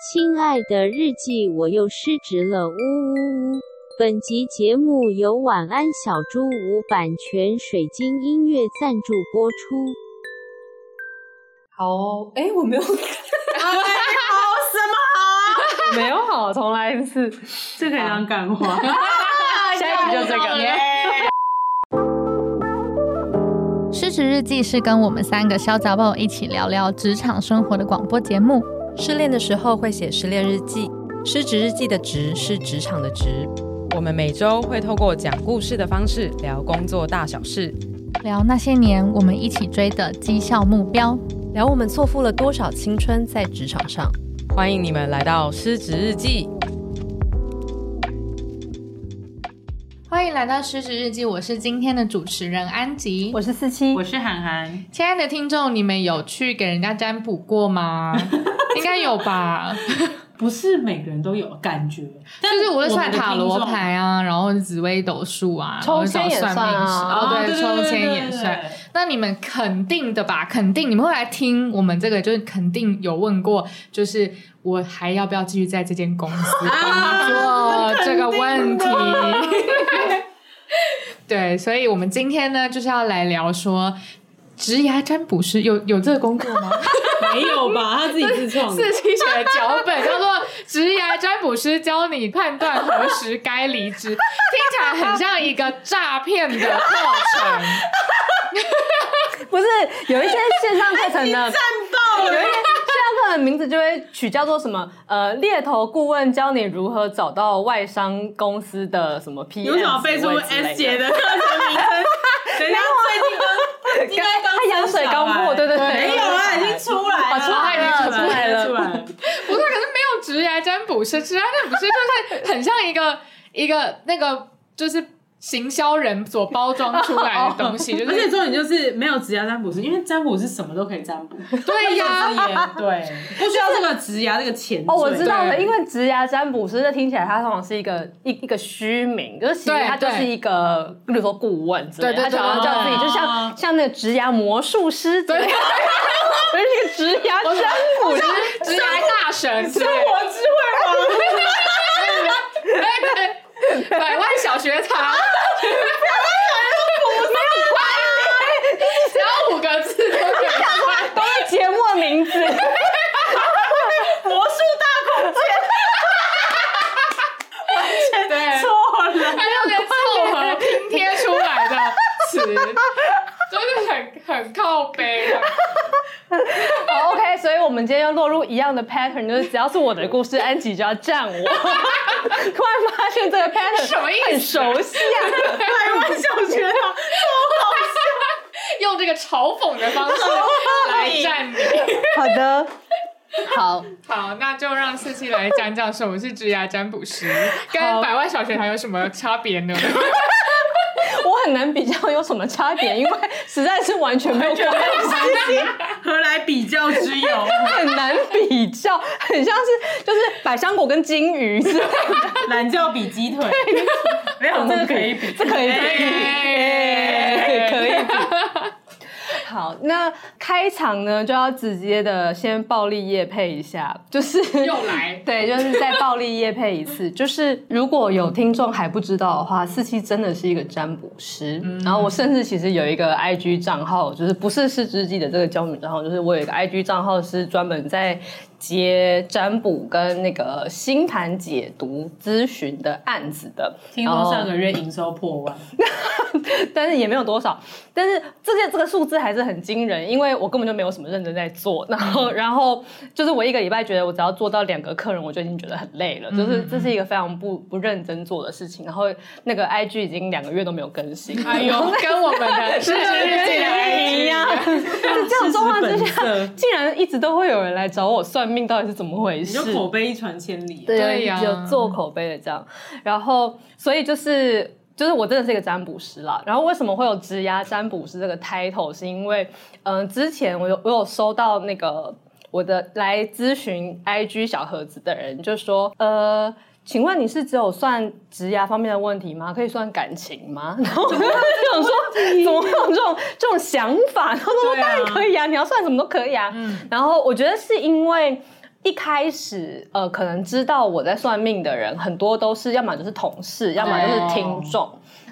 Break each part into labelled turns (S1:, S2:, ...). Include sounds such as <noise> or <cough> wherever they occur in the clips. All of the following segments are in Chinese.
S1: 亲爱的日记，我又失职了，呜呜呜！本集节目由晚安小猪屋版权水晶音乐赞助播出。
S2: 好、哦，哎，我没有，
S3: 哎，好什么好啊？
S2: <laughs> 没有好，重来一次。
S4: 这可以当干话。
S2: <laughs>
S3: 哎
S2: 下一集就 <laughs> 这个。
S5: 失职日记是跟我们三个小杂宝一起聊聊职场生活的广播节目。
S6: 失恋的时候会写失恋日记，
S7: 失职日记的职是职场的职。
S6: 我们每周会透过讲故事的方式聊工作大小事，
S5: 聊那些年我们一起追的绩效目标。
S6: 聊我们错付了多少青春在职场上。欢迎你们来到失职日记。
S5: 欢迎来到失职日记，我是今天的主持人安吉。
S2: 我是四七
S4: 我，是涵涵，
S5: 亲爱的听众，你们有去给人家占卜过吗？应该有吧，
S4: 不是每个人都有感觉，
S5: 就
S4: 但
S5: 是我会
S4: 们
S5: 算
S4: 的
S5: 塔罗
S4: 听众
S5: 牌啊，然后紫微斗数啊，
S2: 抽签也
S5: 然后找算命师
S2: 算啊
S5: 哦
S4: 啊，
S5: 对，
S4: 对，
S5: 抽
S4: 对
S5: 签也。
S4: 对
S5: 算。
S4: 对对对
S5: 那你们肯定的吧？肯定你们会来听我们这个，就是肯定有问过，就是我还要不要继续在这间公司工作这个问题。 <laughs> 对，所以我们今天呢，就是要来聊说，职涯占卜师有有这个工作吗？
S4: 没有吧？他自己自创的
S5: 四。期写的脚本叫做《职涯占卜师教你判断何时该离职》， <laughs> 听起来很像一个诈骗的课程。
S2: 不是有一些线上课
S5: <laughs>
S2: 程
S5: 哎
S2: 的战斗，有一些线上课程名字就会取叫做什么？呃，猎头顾问教你如何找到外商公司的什么 P，
S4: 有想背出 S 姐的课程名称？人家最
S2: <laughs>
S4: 近刚，应该刚
S2: 啊他羊水刚破，对对对，
S4: 没有啊，已经出来了，
S2: 哦出来
S5: 了
S4: 已经出来
S2: 出
S4: 出
S2: 来
S4: 来了。
S5: <laughs> 不是，可是没有职涯占卜师，职涯占卜师就是很像一个一个那个就是行销人所包装出来的东 <laughs> 西，就
S4: 而且
S5: 是
S4: 重点就是没有职涯占卜师，因为占卜是什么都可以占
S2: <laughs>
S4: 卜，
S5: 对
S4: <laughs>
S5: 呀、
S4: 也对，不需要这个职涯这个前缀。
S2: 哦，我知道了，
S5: 对
S2: 因为职涯占卜师，这听起来他通常是一个一一个虚名，就是其实
S5: 对
S2: 他就是一个，比如说顾问之类的，
S5: 对
S2: 他
S5: 对对
S2: 常常叫自己
S4: 哦
S2: 就像像那个职涯魔术师之类 <laughs> 的，
S5: 对
S2: 我就是一个职涯占卜师。
S5: 职涯大神之类的，
S4: 我智慧王。
S5: 哎对百万小学堂，只要五个字都可以算。
S2: 都是节目的名
S5: <laughs>
S2: 字，
S5: 对，
S4: 错了，
S5: 它就连凑合拼贴出来的词，就是很很靠背的。
S2: 好 OK，所以我们今天又落入一样的 pattern，就是只要是我的故事，安吉就要占
S4: <laughs>
S2: 我。突然发现这个 pattern
S5: 什么意思
S2: 很熟悉啊，
S4: 百万小学啊堂。
S5: 用这个嘲讽的方式来占你。
S2: <laughs> 好的，好，
S5: 好，那就让四七来讲讲什么是职涯占卜师，跟百万小学堂有什么差别呢？
S2: 我很难比较有什么差别，因为实在是完全没有关系。
S4: <laughs> 何来比较之有？
S2: 很难比较，很像是就是百香果跟金鱼之类的，
S4: 懒觉比鸡
S2: <laughs>
S4: 腿，没有这个可以比，
S2: 这可以比，
S5: 哎
S2: 可以比。 <laughs> 好，那开场呢就要直接的先暴力夜配一下，就是
S5: 又来
S2: <laughs> 对，就是再暴力夜配一次。 <laughs> 就是如果有听众还不知道的话，四七真的是一个占卜师。然后我甚至其实有一个 IG 账号，就是不是四之记的这个教女账号，就是我有一个 IG 账号是专门在接占卜跟那个星盘解读咨询的案子的。
S4: 听说上个月营收破万，
S2: 但是也没有多少，但是这件这个数字还是很惊人，因为我根本就没有什么认真在做，然后然后就是我一个礼拜觉得我只要做到两个客人，我就已经觉得很累了，就是这是一个非常不不认真做的事情，然后那个 IG 已经两个月都没有更新，
S5: 哎呦，跟我们的失职日记来
S2: 一样，在这样的状况之
S4: 这是本
S2: 下
S4: 色，
S2: <laughs> 竟然一直都会有人来找我算命，到底是怎么回
S4: 你
S2: 事
S4: 就？口碑一传千里。啊
S2: 对啊嗯
S5: 对呀
S2: 有做口碑的这样。然后，所以就是就是我真的是一个占卜师啦。然后为什么会有职涯占卜师这个 title？是因为嗯、呃之前我有我有收到那个我的来咨询 IG 小盒子的人就说，呃。请问你是只有算职涯方面的问题吗？可以算感情吗？ <laughs> 然后我就想说，怎么会有这种这种想法？然后他说 <laughs>
S4: 对啊
S2: 当然可以啊，你要算什么都可以啊。然后我觉得是因为一开始呃，可能知道我在算命的人，很多都是要么就是同事，要么就是听众。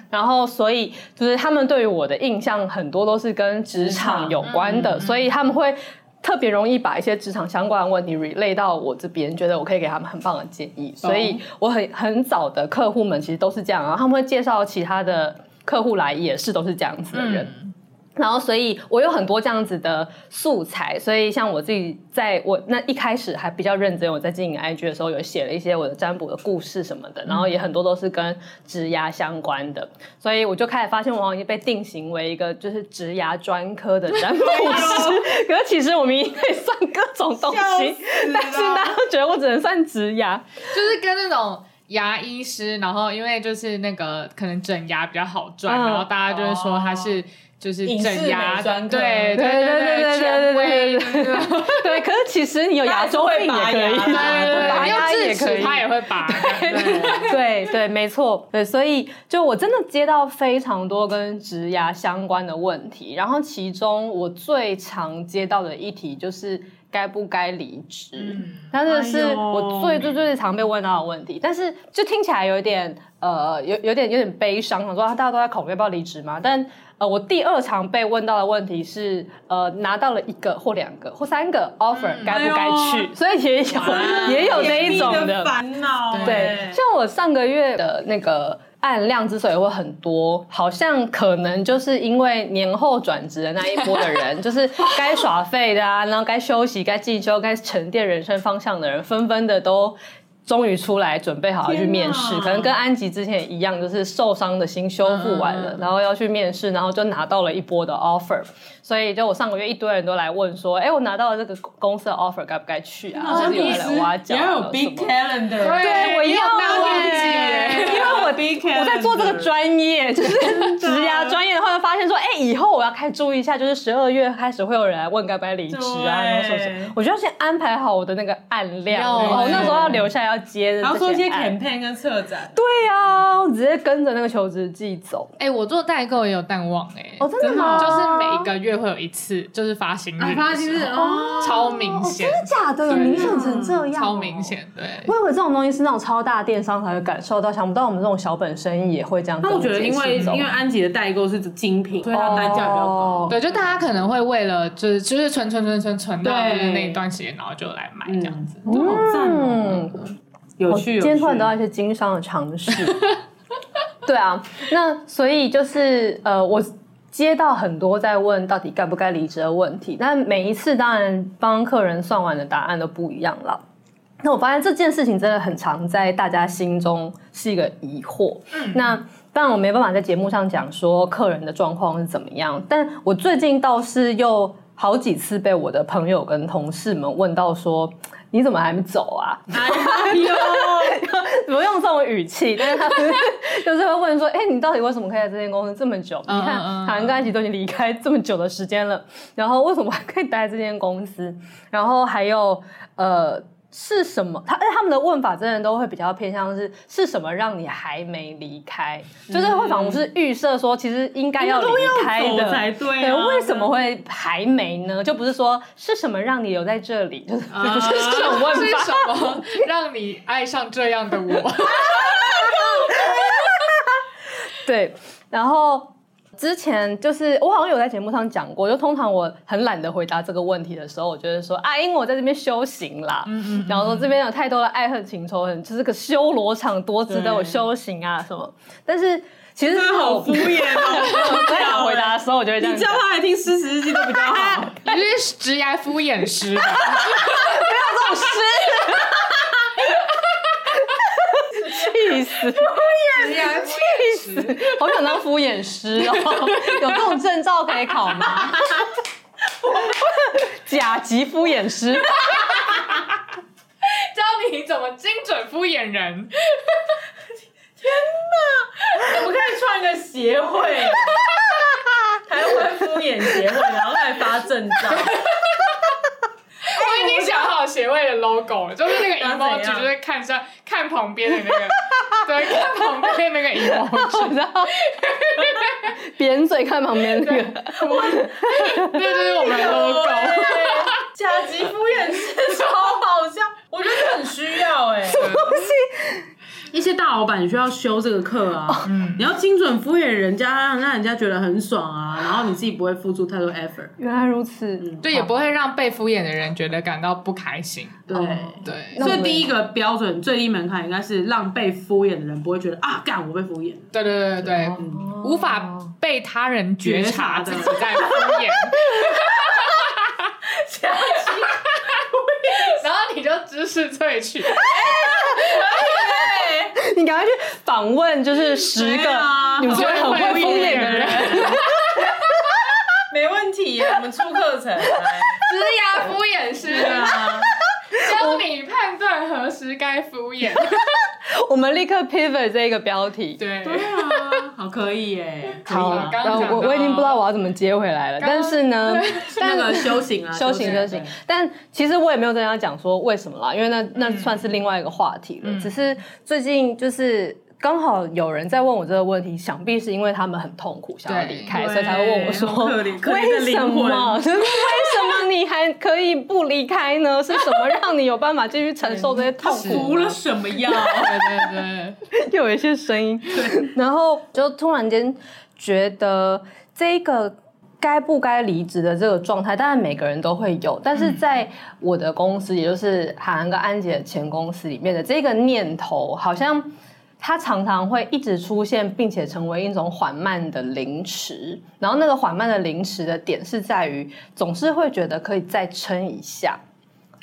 S2: 然后，所以就是他们对于我的印象很多都是跟职场嗯有关的，所以他们会特别容易把一些职场相关的问题 relay 到我这边，觉得我可以给他们很棒的建议。所以我很很早的客户们其实都是这样，然后他们会介绍其他的客户来，也是都是这样子的人。然后，所以我有很多这样子的素材，所以像我自己，在我那一开始还比较认真，我在经营 IG 的时候，有写了一些我的占卜的故事什么的，然后也很多都是跟职涯相关的，所以我就开始发现，我好像已经被定型为一个就是职涯专科的占卜师，可是其实我明明可以算各种东西，但是大家都觉得我只能算职涯，
S5: 就是跟那种牙医师，然后因为就是那个可能整牙比较好赚，
S2: 嗯
S5: 然后大家就会说他是。就是整牙
S4: 影视美专科
S5: 对对
S2: 对对
S5: 权威
S2: 对对
S5: 对对对
S2: 对，可是其实你有牙周病也可以，
S5: 啊对，
S2: 拔
S5: 你
S2: 牙
S5: 要
S2: 也
S5: 智
S2: 可
S5: 齿
S2: 以，
S5: 他也会拔，
S2: 对对，没错，对，所以就我真的接到非常多跟植牙相关的问题，然后其中我最常接到的一题就是该不该离职，
S4: 嗯
S2: 但是
S4: 哎
S2: 是我最最最常被问到的问题，但是就听起来有一点呃，有有点有点悲伤，想说啊大家都在考虑要不要离职嘛，但。呃，我第二常被问到的问题是，呃，拿到了一个或两个或三
S4: 嗯
S2: 个 offer，、该不该去？所以也有、也有这一种
S4: 哎甜蜜的烦恼，
S2: 对，
S4: 哎
S2: 像我上个月的那个案量之所以会很多，好像可能就是因为年后转职的那一波的人，就是该耍废的啊，然后该休息、该进修、该沉淀人生方向的人，纷纷的都。终于出来，准备好要去面试，
S4: 天哪
S2: 可能跟安吉之前一样，就是受伤的心修复完
S4: 嗯
S2: 了，然后要去面试，然后就拿到了一波的 offer，所以就我上个月一堆人都来问说，哎，我拿到了这个公司的 offer 该不该去啊？甚至有人来挖角
S4: 也
S2: 啊，
S4: 要
S2: 什
S4: 有
S2: 么
S4: big
S2: 的
S4: calendar，
S2: 对，我
S5: 也
S2: 要
S5: 有当
S2: 欸
S5: 业绩
S2: 因为我
S4: 我 big calendar，
S2: 我在做这个专业，就是职涯专业的话，就发现说，哎、以后我要开始注意一下，就是十二月开始会有人来问该不该离职啊，
S4: 对
S2: 然后什么什么，我就要先安排好我的那个案量，
S5: 要
S2: 我
S5: 欸
S2: 那时候要留下来要接的
S4: 然后做
S2: 这
S4: 一些
S2: 案
S4: campaign 跟策展，
S2: 对啊，我直接跟着那个求职季走。
S5: 哎、我做代购也有淡忘哎、
S2: 哦真的吗
S5: 就是每一个月会有一次，就是发
S2: 嗯
S5: 行日的时候，
S4: 发行日哦
S5: 超明显，
S8: 真的假的？有
S5: 对
S8: 明显成这样、
S5: 超明。显，对。
S2: 哦我以为这种东西是那种超大电商才会感受到，想不到我们这种小本生意也会这样跟
S4: 那
S2: 着
S4: 我
S2: 一起
S4: 觉
S2: 走。
S4: 得因为因为安吉的代购是精品，
S2: 啊
S4: 所以它单价比较
S2: 哦
S4: 高。
S5: 对，就大家可能会为了就是就是存存存存存到就是那一段时间，然后就来买这样子。
S4: 都好赞哦，
S2: 嗯，
S4: 有
S2: 我
S4: 趣有趣。
S2: 今天突然得到一些经商的常识。 <laughs> 对啊，那所以就是呃，我接到很多在问到底该不该离职的问题，但每一次当然帮客人算完的答案都不一样了。那我发现这件事情真的很常在大家心中是一个疑惑。
S4: 嗯
S2: 那当然我没办法在节目上讲说客人的状况是怎么样，但我最近倒是又好几次被我的朋友跟同事们问到说，你怎么还没走啊？
S4: 哎 <laughs> 呦，
S2: 不用这种语气，但是他 <laughs> 们就是会问说：“哎、你到底为什么可以在这间公司这么久？
S5: 嗯
S2: 你看
S5: 嗯嗯
S2: 韩跟安琪都已经离开这么久的时间了，然后为什么还可以待在这间公司？然后还有呃。”是什么？他哎他们的问法真的都会比较偏向是是什么让你还没离开？
S5: 嗯
S2: 就是会仿佛是预设说，其实应该要离开
S4: 走
S5: 嗯
S2: 的
S4: 才对
S2: 对，
S4: 啊！
S2: 为什么会还没呢？就不是说是什么让你留在这里，就是、
S5: 啊
S2: 就是这种问
S5: 是
S2: 法。
S5: 什么让你爱上这样的我？
S2: <laughs> 对，然后之前就是我好像有在节目上讲过，就通常我很懒得回答这个问题的时候，我就会说啊，因为我在这边修行啦，
S4: 嗯
S2: 然后说这边有太多的爱恨情仇，很就是个修罗场，多值得我修行啊什么。但是其实
S4: 真的好敷衍哦！
S2: <laughs> 我在想回答的时候，我就会这样
S4: 你叫
S2: 讲。
S4: 他来听《诗词日记》都比较 <laughs> 好。
S5: 你是直来敷衍师吧？
S2: <laughs> 气死！敷衍，气死！好想当敷衍师哦，有这种证照可以考吗？甲级敷衍师。
S5: 教你怎么精准敷衍人。
S4: 我可以创一个协 <laughs> 会，台湾敷衍协会，然后来发证照。
S5: 我已经想好协会的 logo 了，就是那个
S4: 然后
S5: emoji，
S4: 怎样
S5: 就是看上看旁边的那个，对，看旁边那个
S2: <laughs>
S5: emoji，
S2: 然后扁嘴看旁边那个，
S4: <laughs>
S5: 那就是我们的 logo。
S4: 甲级敷衍是超好笑，我觉得很需要哎、
S3: 一些大老板需要修这个课
S2: 哦
S3: 啊，
S2: 嗯
S3: 你要精准敷衍人家，让人家觉得很爽啊，然后你自己不会付出太多 effort。
S2: 原来如此，
S5: 对，也不会让被敷衍的人觉得感到不开心。
S3: 对，
S2: 哦
S5: 对
S3: 所以第一个标准最低门槛应该是让被敷衍的人不会觉得啊，干我被敷衍。
S5: 对对对对对，无法被他人觉
S3: 觉
S5: 察
S3: 察的
S5: 自己在敷衍，然后你就知识萃取。
S2: <laughs> 你赶快去访问，就是十
S4: 对
S2: 个、
S4: 啊
S2: 你们觉得很会敷衍的人，
S5: <laughs>
S4: 没问题耶，我们出课程来。
S5: 职涯敷衍师
S4: 对啊，
S5: 教你判断何时该敷衍。
S2: 我们立刻 pivot 这一个标题。
S5: 对，
S3: 对啊，好可以耶，
S2: 好
S5: 啊刚刚
S2: 然后
S5: 讲到
S2: 我我已经不知道我要怎么接回来了，
S5: 刚刚
S2: 但是呢， <laughs>
S3: 那
S2: 但
S3: 个修行啊，
S2: <laughs> 修行修行。但其实我也没有跟他讲说为什么啦，因为那那算是另外一个话题了。只是最近就是刚好有人在问我这个问题，想必是因为他们很痛苦，想要离开，
S3: 对
S2: 所以才会问我说
S3: 好可怜可怜的
S2: 为什
S3: 灵魂
S2: 么？就是为什么你还可以不离开
S3: <laughs>
S2: 呢？是什么让你有办法继续承受这些痛苦呢？
S3: 服了什么药？
S5: 对对对，
S2: 又有一些声音，然后就突然间觉得这个该不该离职的这个状态，当然每个人都会有，但是
S3: 嗯
S2: 在我的公司，也就是海涵跟安姐的前公司里面的这个念头，好像它常常会一直出现，并且成为一种缓慢的凌迟。然后那个缓慢的凌迟的点是在于，总是会觉得可以再撑一下。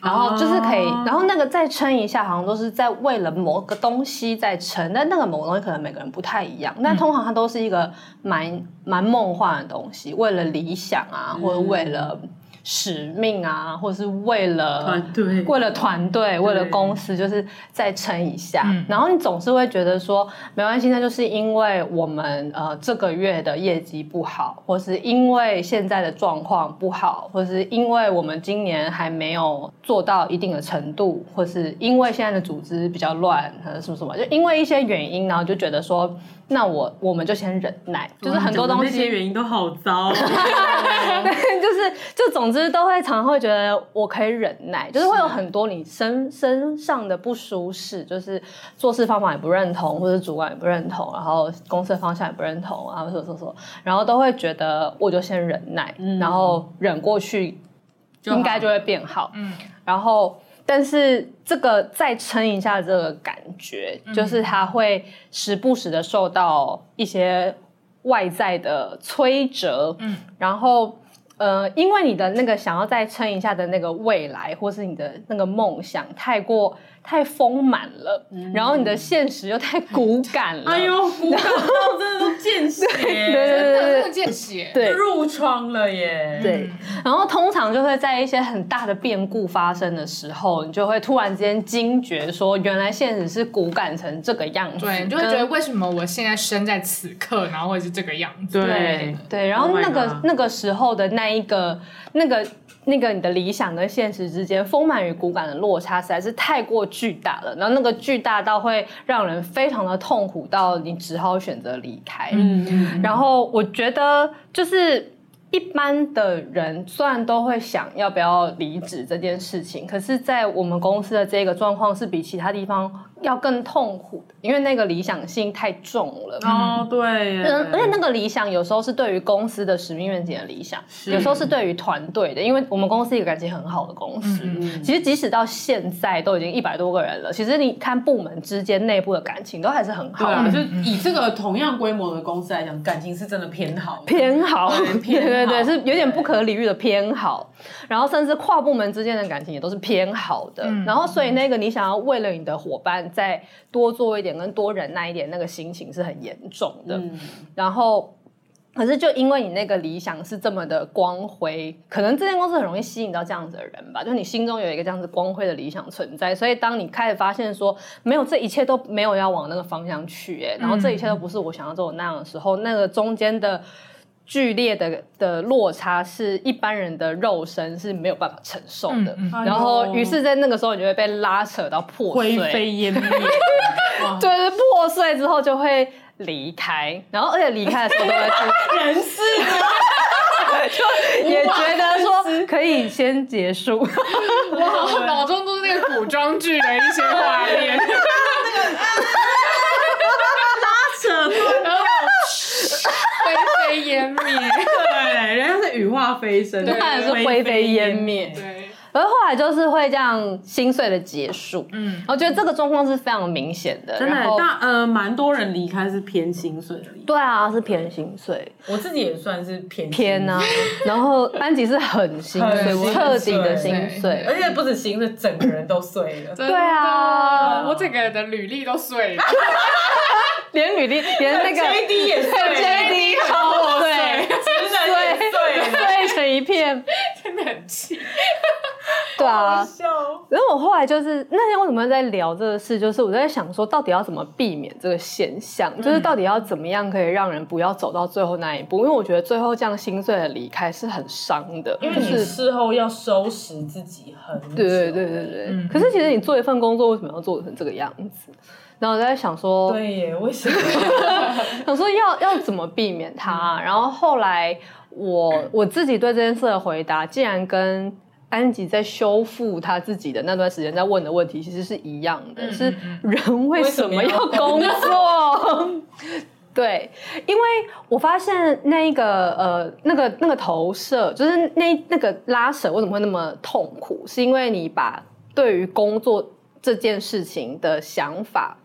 S2: 然后就是可以，然后那个再撑一下，好像都是在为了某个东西在撑，但那个某个东西可能每个人不太一样，但通常它都是一个蛮蛮梦幻的东西，为了理想啊，或者为了使命啊，或者是为了
S3: 团队
S2: 为了团队，为了公司，就是再撑一下。
S5: 嗯
S2: 然后你总是会觉得说，没关系，那就是因为我们呃这个月的业绩不好，或是因为现在的状况不好，或是因为我们今年还没有做到一定的程度，或是因为现在的组织比较乱，呃什么什么，就因为一些原因，然后就觉得说，那我我们就先忍耐，就是很多东
S3: 那些
S2: 西
S3: 原因都好
S2: <laughs>
S3: 糟哦，
S2: 就是就总之都会常会觉得我可以忍耐，就是会有很多你身身上的不舒适，就是做事方法也不认同，或者主管也不认同，然后公司的方向也不认同啊，什么什么什么，然后都会觉得我就先忍耐，然后忍过去，应嗯该就会变好。
S5: 嗯，
S2: 然后但是这个再撑一下这个感觉，
S5: 嗯
S2: 就是它会时不时的受到一些外在的摧折，
S5: 嗯，
S2: 然后。呃，因为你的那个想要再撑一下的那个未来，或是你的那个梦想太过太丰满了，
S5: 嗯
S2: 然后你的现实又太骨感了，
S4: 哎呦，骨感到真的都见血，
S2: <laughs> 对，对对对
S5: 真
S2: 对
S5: 的见血。
S2: 对，
S4: 褥疮了耶。
S2: 对， <laughs> 然后通常就会在一些很大的变故发生的时候，你就会突然之间惊觉说，原来现实是骨感成这个样子，
S5: 对，你就会觉得为什么我现在身在此刻，然后会是这个样子？
S2: 对
S4: 对，
S2: 对，然后
S4: Oh my
S2: 那个、
S4: God
S2: 那个时候的那一个那个那个你的理想跟现实之间丰满与骨感的落差实在是太过巨大了，然后那个巨大到会让人非常的痛苦，到你只好选择离开。
S5: 嗯
S2: 然后我觉得就是一般的人虽然都会想要不要离职这件事情，可是，在我们公司的这个状况是比其他地方要更痛苦的，因为那个理想性太重了。
S3: 哦，对耶，
S2: 嗯嗯，而且那个理想有时候是对于公司的使命愿景的理想，有时候是对于团队的，因为我们公司一个感情很好的公
S5: 嗯
S2: 司，
S4: 嗯
S2: 其实即使到现在都已经一百多个人了，其实你看部门之间内部的感情都还是很好
S4: 对
S2: 的，
S4: 啊，就以这个同样规模的公司来讲，感情是真的偏好的，
S2: 偏好，
S4: 对偏好
S2: 对对对，是有点
S4: 对
S2: 不可理喻的偏好，然后甚至跨部门之间的感情也都是偏好的，
S4: 嗯
S2: 然后所以那个你想要为了你的伙伴再多做一点跟多忍耐一点，那个心情是很严重的，
S4: 嗯，
S2: 然后。可是，就因为你那个理想是这么的光辉，可能这间公司很容易吸引到这样子的人吧。就你心中有一个这样子光辉的理想存在，所以当你开始发现说，没有这一切都没有要往那个方向去、欸，然后这一切都不是我想要做的那样的时候，那个中间的剧烈的的落差是一般人的肉身是没有办法承受的。
S5: 嗯
S2: 然后
S4: 哎，呦
S2: 于是，在那个时候，你就会被拉扯到破碎，
S4: 灰飞烟
S2: <laughs>
S4: 灭，哇
S2: 对，破碎之后就会离开，然后而且离开的时候都会 <laughs> 自人事， <laughs> 就也觉得说可以先结束，
S5: 我脑中都是那个是古装剧的一些画
S4: <laughs>
S5: 面。
S3: 扯对，
S5: 灰飞烟灭。
S3: 人家是羽化飞升，
S5: 对
S2: <laughs> 当然是灰飞烟灭。
S4: 啊
S5: 对，
S2: 而后来就是会这样心碎的结束。
S5: 嗯，
S2: 我觉得这个状况是非常明显的，
S3: 真的
S2: 然后，
S3: 但呃，蛮多人离开是偏心碎的离开，
S2: 对啊，是偏心碎，
S4: 我自己也算是偏
S2: 偏啊。然后班级是很心
S4: 很
S2: 碎，
S4: 心
S2: 彻底的
S4: 碎
S2: 心碎
S5: 对。
S4: 而且不止心碎，整个人都碎了。
S5: 对
S2: 对啊
S5: 我整个人的履历都碎了。
S2: 连履历，连
S4: <laughs>
S2: 那个
S4: JD 也碎
S2: <laughs>
S4: 了
S2: JD 超碎，
S4: 真的也碎了，
S2: 碎成一片，
S5: 真的很气。
S2: 对 <laughs> 啊。
S4: 笑。
S2: 然后我后来就是那天为什么在聊这个事，就是我在想说，到底要怎么避免这个现象，就是到底要怎么样可以让人不要走到最后那一步，因为我觉得最后这样心碎的离开是很伤的，
S4: 因为
S2: 就
S4: 你
S2: 是
S4: 事后要收拾自己很久，
S2: 对对对对对。
S5: 嗯
S2: 可是其实你做一份工作，为什么要做成这个样子？然后我在想说，
S4: 对耶，为
S2: <laughs>
S4: 什么？
S2: 想说要要怎么避免它、然后后来我我自己对这件事的回答，竟然跟安吉在修复他自己的那段时间在问的问题其实是一样的，
S5: 嗯
S2: 是人为什么 <laughs> 要工
S4: 为
S2: 作？ <laughs> 对，因为我发现那一个呃，那个那个投射，就是那那个拉扯为什么会那么痛苦，是因为你把对于工作这件事情的想法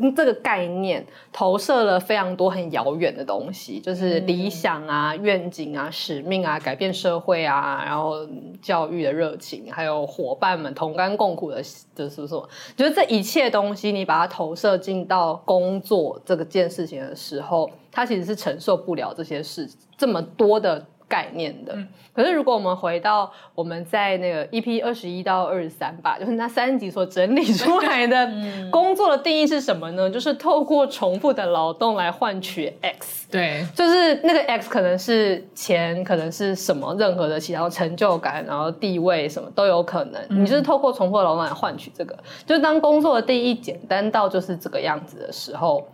S2: 嗯这个概念投射了非常多很遥远的东西，就是理想啊、愿景啊、使命啊、改变社会啊，然后嗯教育的热情，还有伙伴们同甘共苦的，就是什么？就是这一切东西，你把它投射进到工作这个件事情的时候，它其实是承受不了这些事这么多的概念的。可是如果我们回到我们在那个 EP 二十一到二十三吧，就是那三集所整理出来的工作的定义是什么呢？就是透过重复的劳动来换取 X，
S5: 对，
S2: 就是那个 X 可能是钱，可能是什么任何的其他成就感，然后地位什么都有可能。
S4: 嗯
S2: 你就是透过重复的劳动来换取这个。就是当工作的定义简单到就是这个样子的时候，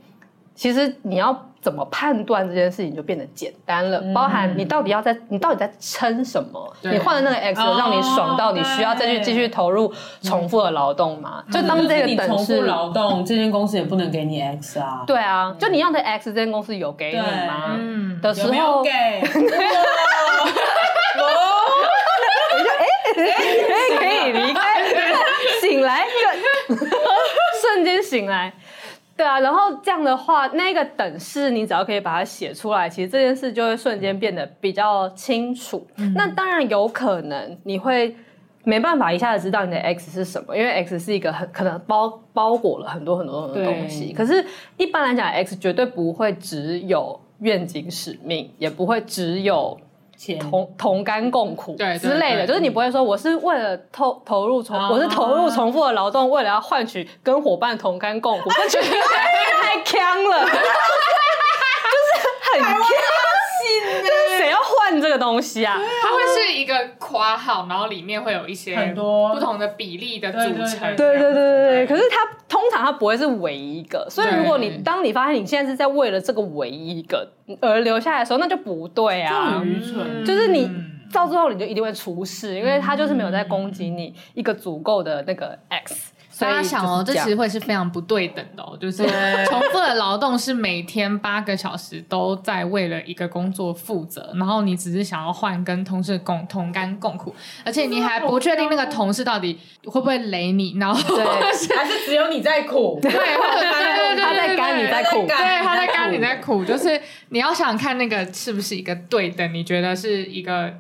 S2: 其实你要怎么判断这件事情就变得简单了，
S4: 嗯
S2: 包含你到底要在你到底在撑什么？
S5: 对
S2: 你换了那个 X
S4: 哦
S2: 让你爽到你需要再去
S4: 对
S2: 继续投入重复的劳动吗？就当这
S4: <laughs> 是
S2: 个
S4: 你
S2: 等
S4: 重复
S2: 式。
S4: 劳动，这间公司也不能给你 X 啊。
S2: 对啊，就你要的 X 这间公司有给你
S4: 对
S2: 吗？
S5: 嗯，
S2: 的时
S4: 有没有
S2: 候 <laughs>
S4: 给？ <laughs>
S2: 哎，可以离开，醒来，对 <laughs> 瞬间醒来。对啊，然后这样的话，那个等式你只要可以把它写出来，其实这件事就会瞬间变得比较清楚。那当然有可能你会没办法一下子知道你的 x 是什么，因为 x 是一个很可能包包裹了很多很多很多东西。
S4: 对
S2: 可是，一般来讲，x 绝对不会只有愿景使命，也不会只有
S4: 钱
S2: 同同甘共苦
S5: 对对
S2: 之类的，
S5: 对
S2: 就是你不会说我是为了投投入重，
S4: 啊
S2: 我是投入重复的劳动，为了要换取跟伙伴同甘共苦，这觉得太坑了， <laughs> 就是很坑，就是谁要换这个东西啊？
S5: 它会是一个括号，然后里面会有一些
S4: 很多
S5: 不同的比例的组成。
S4: 对
S2: 对对对对对，可是它通常它不会是唯一个，所以如果你
S5: 对
S2: 当你发现你现在是在为了这个唯一一个而留下来的时候，那就不对啊，
S3: 就很愚蠢。
S2: 就是你
S5: 嗯
S2: 到最后你就一定会出事，因为他就是没有在供给你一个足够的那个 X，所以
S5: 大家想哦，
S2: 就
S5: 这
S2: 是
S5: 其
S2: 样
S5: 实会是非常不对等的、哦，就是重复的劳动是每天八个小时都在为了一个工作负责，然后你只是想要换跟同事共同甘共苦，而且你还不确定那个同事到底会不会雷你，然后
S2: 对
S4: 还是只有你在苦？
S5: 对，或者对对对对对
S2: 他在干你在
S4: 他在干
S2: 苦
S5: 对，他在干
S4: 你
S5: 你
S4: 在
S5: 在苦，就是你要想看那个是不是一个对等，你觉得是一个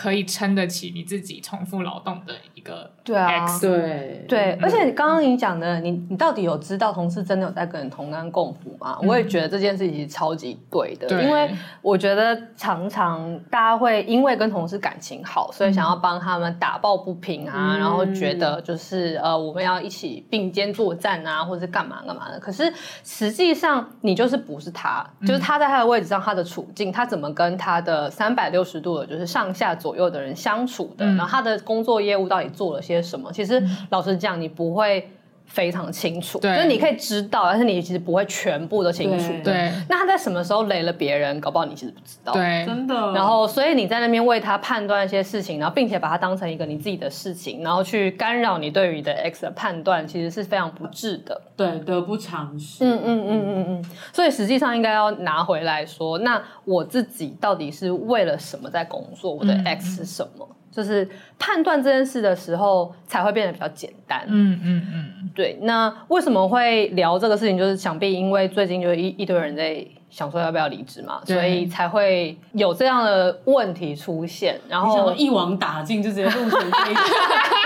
S5: 可以撑得起你自己重复劳动的一个 X,
S2: 对啊
S3: 对，
S2: 对，而且你刚刚你讲的，你你到底有知道同事真的有在跟你同甘共苦吗？我也觉得这件事情超级对的，
S5: 嗯对
S2: 因为我觉得常常大家会因为跟同事感情好，所以想要帮他们打抱不平啊，
S3: 嗯
S2: 然后觉得就是呃我们要一起并肩作战啊，或者是干嘛干嘛的。可是实际上你就是不是他，就是他在他的位置上，他的处境，他怎么跟他的三百六十度的就是上下左右的人相处的，
S5: 嗯
S2: 然后他的工作业务到底做了些什么？其实老实讲，你不会。非常清楚，
S5: 对
S2: 就是你可以知道，但是你其实不会全部都清楚。
S3: 对
S5: 对
S2: 那他在什么时候雷了别人，搞不好你其实不知道。
S5: 对，
S3: 真的。
S2: 然后，所以你在那边为他判断一些事情，然后并且把它当成一个你自己的事情，然后去干扰你对于你的 X 的判断，其实是非常不智的。
S3: 对得不偿失，
S2: 嗯嗯嗯嗯嗯。所以实际上应该要拿回来说，那我自己到底是为了什么在工作？我的
S5: 嗯
S2: X 是什么？就是判断这件事的时候，才会变得比较简单。
S5: 嗯嗯嗯，
S2: 对，那为什么会聊这个事情？就是想必因为最近就一一堆人在想说要不要离职嘛，
S5: 对
S2: 所以才会有这样的问题出现。然
S3: 你想
S2: 后
S3: 要一网打尽，就直接录成这一
S2: <laughs>
S3: 集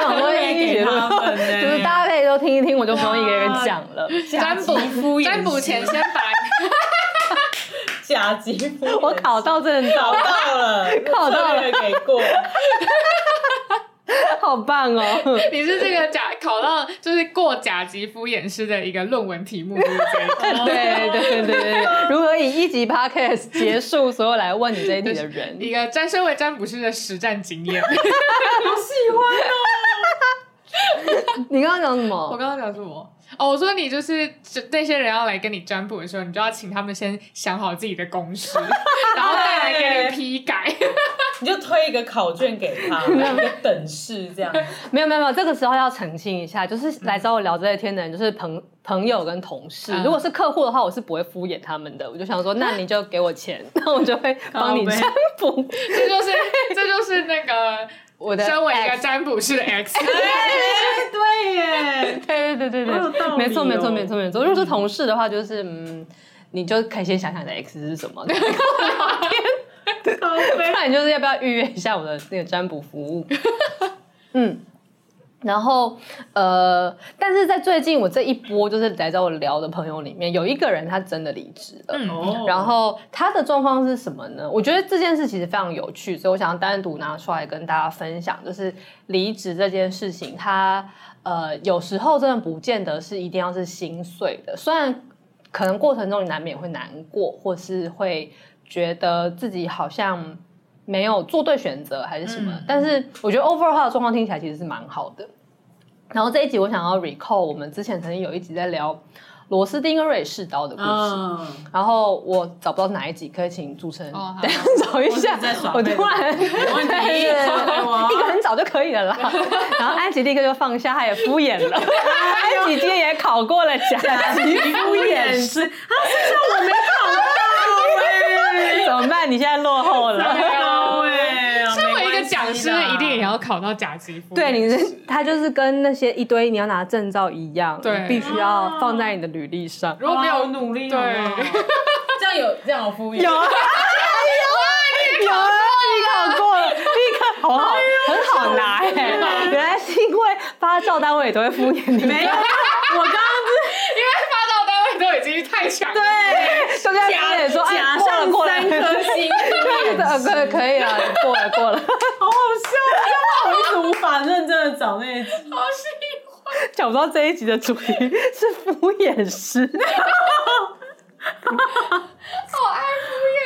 S2: 很多
S3: 也给他们哎呢
S2: <laughs>
S3: 啊
S2: 就是大家可以都听一听，我就不用一个人讲了。
S5: <laughs> 占卜
S3: 敷衍
S5: 占卜前先把
S4: 假级敷衍
S2: 我考到证
S3: <laughs>
S2: 照
S4: 考，到了，
S2: <laughs> 考到了
S4: 策略给过，
S2: 好
S3: <laughs>
S2: 棒哦！
S5: 你是这个甲考到就是过甲级敷衍师的一个论文题目，就是这一 <laughs> 题
S2: 对对对对对，如何以一集 podcast 结束所有来问你这一题的人？
S5: 一个占身为占卜师的实战经验。
S2: 你刚刚讲什
S5: <laughs> 我
S2: 么？
S5: 刚刚讲什么？哦，我说你就是就那些人要来跟你占卜的时候，你就要请他们先想好自己的公 <laughs> 式，然后再来给你批改。 <laughs>
S4: 你就推一个考卷给
S2: <laughs>
S4: 他，一个等式这样。
S2: 没有没有没有，这个时候要澄清一下，
S3: 嗯
S2: 就是来找我聊这些天的人，就是朋朋友跟同事。
S5: 嗯
S2: 如果是客户的话，我是不会敷衍他们的，我就想说，那你就给
S3: <laughs>
S2: 我钱，那我就会帮你
S3: 靠背
S2: 占卜。
S5: 这就是这就是那个
S2: 我的
S5: 身为一个
S2: ex
S5: 占卜师的 X，
S3: 哎对耶，
S2: <laughs> 对对对对
S3: 好有道理哦
S2: 对，没错没错没错没错。如果是同事的话，就是嗯，你就可以先想想你的 X 是什么， <laughs> 跟我聊天。
S3: 高飞
S2: 不然你就是要不要预约一下我的那个占卜服务？ <laughs> 嗯，然后呃，但是在最近我这一波就是来找我聊的朋友里面，有一个人他真的离职了。
S5: 嗯
S3: 哦
S2: 然后他的状况是什么呢？我觉得这件事其实非常有趣，所以我想要单独拿出来跟大家分享，就是离职这件事情，它呃有时候真的不见得是一定要是心碎的，虽然可能过程中你难免会难过，或是会觉得自己好像没有做对选择还是什么，
S5: 嗯
S2: 但是我觉得 overall 的状况听起来其实是蛮好的。然后这一集我想要 recall 我们之前曾经有一集在聊螺丝钉跟瑞士刀的故事，
S4: 啊
S3: 嗯，
S2: 然后我找不到哪一集，可以请主持人
S5: 哦好
S2: 等一下 <laughs> 找一
S3: 我
S2: 下
S3: 只是在。耍
S2: 我
S3: 废
S2: 突然
S3: 没
S5: <laughs>
S3: 问题
S2: <laughs> 对对
S3: 靠我啊
S2: 对一个人找就可以了啦。然后安吉立刻就放下，他也敷衍了。安吉今天也考过了甲级敷衍师，啊，剩下我没考到 <laughs> 怎么办？你现在落后了。
S3: 高哎，
S5: 身为一
S3: 没关
S5: 个
S3: 系
S5: 讲师
S3: 啦
S5: 一定也要考到甲级服。
S2: 对，你是他就是跟那些一堆你要拿证照一样，
S5: 对
S2: 你必须要放在你的履历上。
S5: 如果没有
S3: 哇好努力，
S5: 对
S3: <laughs> 好不好
S4: 这样有这样有敷衍，
S2: 哦有 <laughs> 啊，有啊，你考过了，立刻好好，很
S3: <laughs>
S2: 好拿哎、原来是因为发照单位也都会敷衍你，
S3: 没有，我刚
S5: 因为发到单位都已经太强了。
S2: 对，就在敷衍说，哎，
S3: 假
S2: 过了
S3: 上
S2: 过了，
S3: 三颗
S2: 星， <laughs> 对，可以了，过了过了， <laughs>
S3: 好好笑，
S4: 我一直无法认真的找那一集。
S2: 想不到这一集的主题是敷衍师，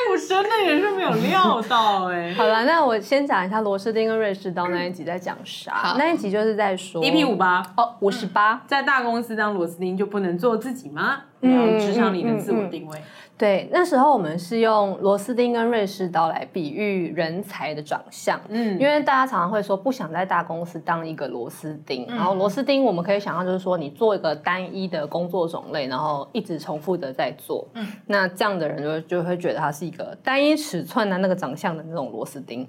S3: 我真的也是没有料到
S2: <laughs>
S3: 哎。
S2: 好了，那我先讲一下螺丝钉跟瑞士刀那一集在讲啥
S5: 好，
S2: 那一集就是在说
S3: EP E 五八，
S2: 哦五十八。
S3: 在大公司当螺丝钉就不能做自己吗？
S2: 嗯
S3: 聊职场里的自我定位，
S2: 对，那时候我们是用螺丝钉跟瑞士刀来比喻人才的长相，
S3: 嗯
S2: 因为大家常常会说不想在大公司当一个螺丝钉，然后螺丝钉我们可以想象就是说你做一个单一的工作种类，然后一直重复的在做，嗯，那这样的人就会就会觉得他是一个单一尺寸的那个长相的那种螺丝钉。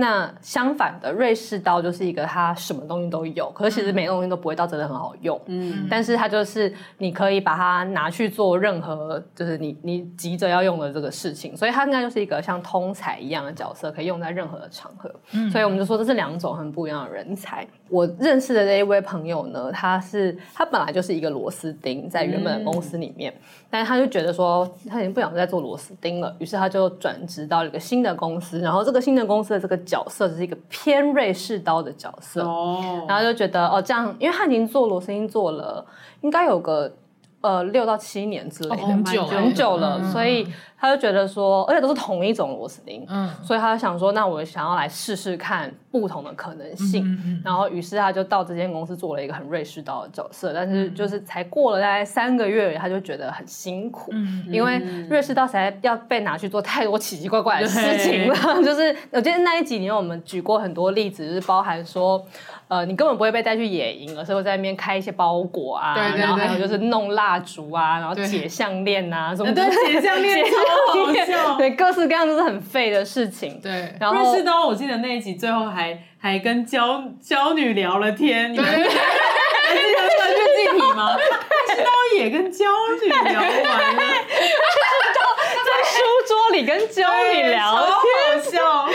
S2: 那相反的，瑞士刀就是一个它什么东西都有，可是其实每个东西都不会到真的很好用。嗯，但是它就是你可以把它拿去做任何，就是你你急着要用的这个事情，所以它应该就是一个像通才一样的角色，可以用在任何的场合。
S5: 嗯
S2: 所以我们就说这是两种很不一样的人才。我认识的这一位朋友呢，他是他本来就是一个螺丝钉，在原
S5: 嗯
S2: 本的公司里面，但是他就觉得说他已经不想再做螺丝钉了，于是他就转职到了一个新的公司，然后这个新的公司的这个角色是一个偏瑞士刀的角色，
S3: 哦
S2: 然后就觉得哦这样，因为他已经做螺丝钉做了应该有个呃六到七年之类的，
S5: 哦很久
S2: 很久了，
S5: 嗯
S2: 所以他就觉得说，而且都是同一种螺丝钉，
S5: 嗯
S2: 所以他就想说，那我想要来试试看不同的可能性。
S5: 嗯
S2: 然后，于是他就到这间公司做了一个很瑞士刀的角色，但
S4: 嗯
S2: 是就是才过了大概三个月，他就觉得很辛苦，
S5: 嗯
S2: 因为瑞士刀实在要被拿去做太多奇奇怪怪的事情了。就是我记得那一集里面我们举过很多例子，就是包含说，呃，你根本不会被带去野营，而是会在那边开一些包裹啊，
S5: 对对
S2: 然后还有
S5: 对
S2: 就是弄蜡烛啊，然后
S5: 对
S2: 解项链啊什么的，
S4: 对，姐
S2: <laughs>
S4: 项链超
S3: <laughs>
S4: 好笑。
S2: 对各式各样都是很废的事情。
S5: 对。
S2: 然后
S4: 瑞士刀，我记得那一集最后还 <laughs> 还跟娇娇女聊了天，你们
S5: 对
S4: 还记得这个具体吗？
S5: <laughs>
S4: 瑞士刀也跟娇女聊完了，
S2: 在书桌里跟娇女聊
S4: 哎
S2: 天。
S4: 超好笑。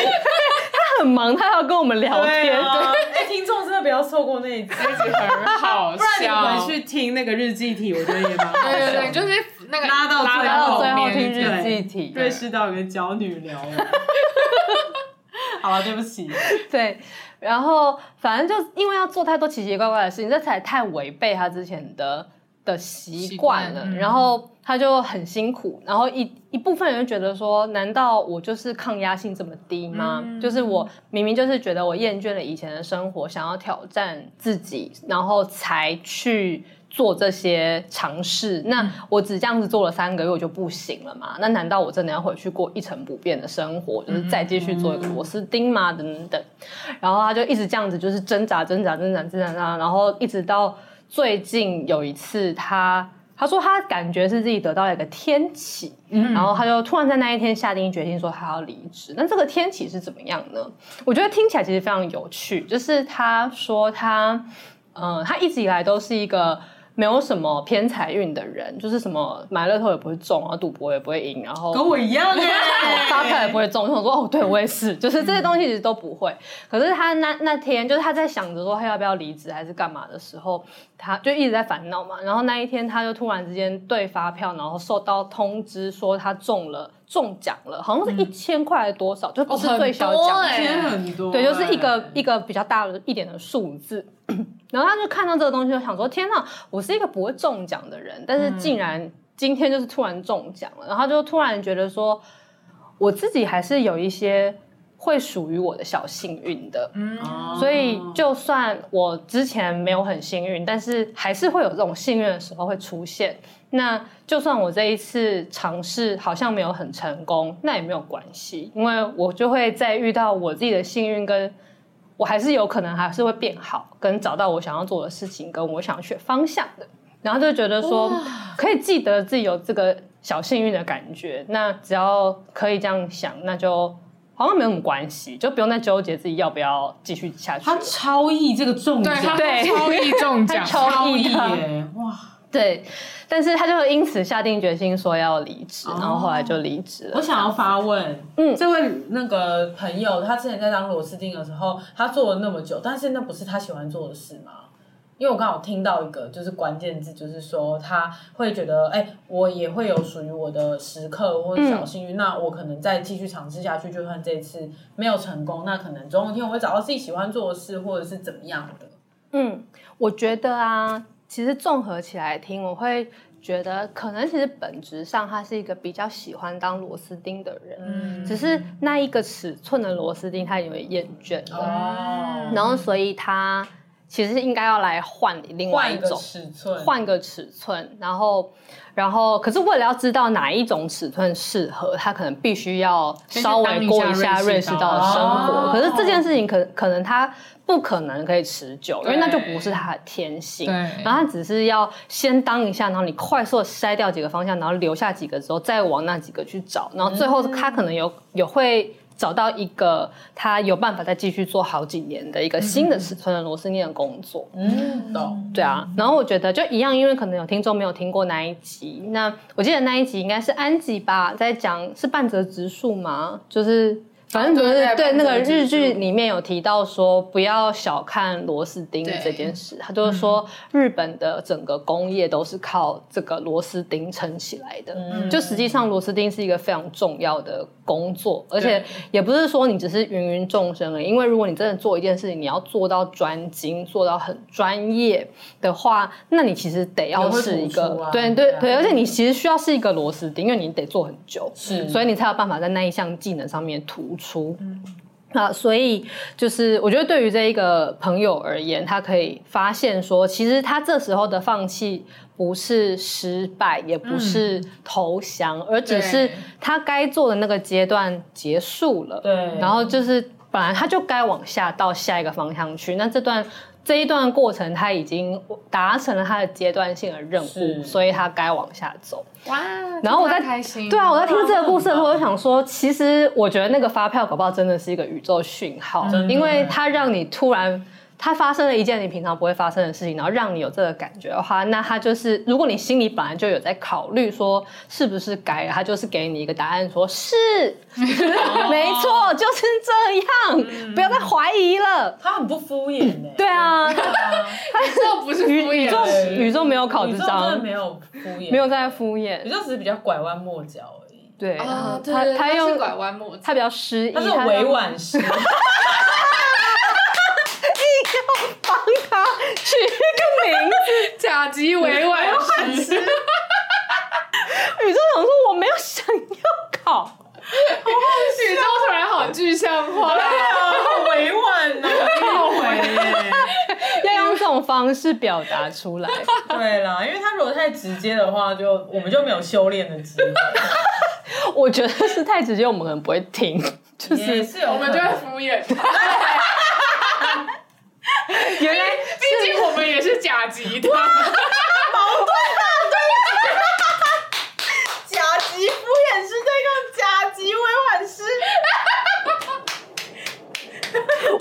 S2: 很忙，他还要跟我们聊
S4: 对
S2: 天。
S4: 啊，哎，听众真的不要错过那一集，
S5: 很好
S4: 不然你
S5: 笑
S4: 们，去听那个日记体，我觉得也蛮好
S5: 对对对，
S4: 笑。
S5: 就是那个
S4: 拉到
S5: 拉
S4: 最
S2: 然
S5: 到
S2: 后
S4: 后
S2: 最后
S5: 面
S2: 听
S5: 这样
S2: 日记体，
S4: 瑞士刀跟娇女聊
S5: <laughs>
S4: 完。好了，对不起，
S2: <laughs> 对，然后反正就因为要做太多奇奇怪怪的事情，这才太违背他之前的的习惯了。
S5: 习惯嗯
S2: 然后他就很辛苦，然后一一部分人就觉得说，难道我就是抗压性这么低吗？就是我明明就是觉得我厌倦了以前的生活，想要挑战自己，然后才去。做这些尝试，那我只这样子做了三个月，我就不行了嘛？那难道我真的要回去过一成不变的生活，就是再继续做一个螺丝钉吗？等等等。然后他就一直这样子，就是挣扎、挣扎、挣扎、挣扎挣扎，然后一直到最近有一次他。他说他感觉是自己得到了一个天启，然后他就突然在那一天下定决心说他要离职。那这个天启是怎么样呢？我觉得听起来其实非常有趣，就是他说他，嗯、他一直以来都是一个没有什么偏财运的人，就是什么买乐透也不会中，然啊后赌博也不会赢，然后
S5: 哦
S4: 跟我一样
S2: 发票也
S4: 哎。
S2: 不会中。我想说，哦，对我也是，就是这些东西其实都不会。可是他那那天就是他在想着说他要不要离职还是干嘛的时候，他就一直在烦恼嘛。然后那一天他就突然之间对发票，然后收到通知说他中了中奖了，好像是一千块还是多少，就不是最小
S5: 嗯哦很
S2: 奖
S5: 多
S2: 金
S5: 欸
S4: 天很多，
S2: 对，就是
S4: 哎
S2: 一个一个比较大的一点的数字。然后他就看到这个东西，就想说：天呐，我是一个不会中奖的人，但是竟然今天就是突然中奖了。然后他就突然觉得说，我自己还是有一些会属于我的小幸运的。
S4: 哦，
S2: 所以，就算我之前没有很幸运，但是还是会有这种幸运的时候会出现。那就算我这一次尝试好像没有很成功，那也没有关系，因为我就会再遇到我自己的幸运，跟我还是有可能还是会变好，跟找到我想要做的事情，跟我想学方向的。然后就觉得说，可以记得自己有这个小幸运的感觉，那只要可以这样想，那就好像没有什么关系，就不用再纠结自己要不要继续下去
S4: 他
S2: 了。
S4: 超意这个中
S5: 对
S4: 奖，
S5: 他
S2: 对
S5: 超易中奖，
S2: 他超
S4: 意
S2: 意的
S4: 耶，哇！
S2: 对，但是他就因此下定决心说要离职，然后后来就离职了。
S4: 我想要发问，
S2: 嗯
S4: 这位那个朋友，他之前在当螺丝钉的时候，他做了那么久，但是那不是他喜欢做的事吗？因为我刚好听到一个就是关键字，就是说他会觉得，哎、我也会有属于我的时刻或者小
S2: 嗯
S4: 幸运，那我可能再继续尝试下去，就算这次没有成功，那可能总有一天我会找到自己喜欢做的事，或者是怎么样的。
S2: 嗯，我觉得啊，其实综合起来听，我会觉得可能其实本质上他是一个比较喜欢当螺丝钉的人，
S4: 嗯
S2: 只是那一个尺寸的螺丝钉他有点厌倦了，
S4: 哦
S2: 然后所以他其实应该要来换另外
S4: 换
S2: 一
S4: 一个
S2: 种。
S4: 尺寸，
S2: 换个尺寸，然后，然后，可是为了要知道哪一种尺寸适合，他可能必须要稍微过一下瑞士刀的生活。
S4: 哦
S2: 可是这件事情可可能他不可能可以持久，因为
S5: 对
S2: 那就不是他的天性。
S5: 对
S2: 然后他只是要先当一下，然后你快速地筛掉几个方向，然后留下几个之后，再往那几个去找，然后最后他可能有有会。找到一个他有办法再继续做好几年的一个新的尺寸的螺丝钉的工作，
S4: 嗯，懂。
S2: 对啊，然后我觉得就一样，因为可能有听众没有听过那一集，那我记得那一集应该是安吉吧，在讲是半泽直树嘛，就是反正就是
S5: 在
S2: 哦对那个
S5: 帮助
S2: 日
S5: 自己
S2: 剧里面有提到说，不要小看螺丝钉
S5: 对
S2: 这件事。他就是说，日本的整个工业都是靠这个螺丝钉撑起来的。
S4: 嗯
S2: 就实际上，螺丝钉是一个非常重要的工作，而且也不是说你只是芸芸众生而已。因为如果你真的做一件事情，你要做到专精，做到很专业的话，那你其实得要
S4: 也会
S2: 是一
S4: 付
S2: 个
S4: 出啊
S2: 对
S4: 对
S2: 对
S4: 啊
S2: 对，而且你其实需要是一个螺丝钉，因为你得做很久。
S4: 是，
S2: 所
S4: 以
S2: 以你才有办法在那一项技能上面突出。那所以就是，我觉得对于这一个朋友而言，他可以发现说，其实他这时候的放弃不是失败，也
S4: 嗯
S2: 不是投降，而只是他该做的那个阶段结束了。
S4: 对，
S2: 然后就是本来他就该往下到下一个方向去，那这段这一段过程他已经达成了他的阶段性的任务，
S4: 是
S2: 所以他该往下走。
S5: 哇，
S2: 然后我在
S5: 开心，
S4: 嗯
S2: 对啊，我在听这个故事的时候，我就想说，其实我觉得那个发票搞不好真的是一个宇宙讯号，
S4: 真的
S2: 因为它让你突然。它发生了一件你平常不会发生的事情，然后让你有这个感觉的话，那它就是，如果你心里本来就有在考虑说是不是该了，它就是给你一个答案说，是，没
S4: 哦
S2: 错，就是这样，不要再怀疑了。
S4: 他很不敷衍欸呢。
S2: <clears throat> 对啊，
S5: 这不是
S2: 宇
S5: 敷衍
S2: 宇宙
S4: 对
S2: 宇宙没有考
S4: 嗯宇
S2: 这
S4: 宙真的
S2: 张，
S4: 没有敷衍，
S2: 没有在敷衍
S4: 宇，宙只是比较拐弯抹角而已，
S2: 对，
S4: 哦
S5: 啊，对
S2: 他
S5: 对
S2: 他
S5: 是
S2: 用
S5: 拐弯抹角，
S2: 他比较失意，
S4: 他是
S2: 让
S4: 委婉式， <laughs>
S2: 帮他取一个名字。
S5: 甲级委婉式，
S2: 宇宙想说我没有想要考，
S5: 宇宙突然好具象化，
S4: 好啊委婉哦。
S3: 后悔耶。
S2: 要用这种方式表达出 <laughs> 来。
S4: 对啦，因为他如果太直接的话，就我们就没有修炼的机会，
S2: 我觉得是太直接，我们可能不会听。就
S4: 也
S2: 是
S4: <laughs> 是有
S5: 我们
S4: <laughs> 可
S5: 就会
S4: 能
S5: 敷衍。
S2: 原来
S5: 毕竟我们也是甲级
S4: 甲级
S5: 的，
S4: 敷衍式再用甲级委婉式，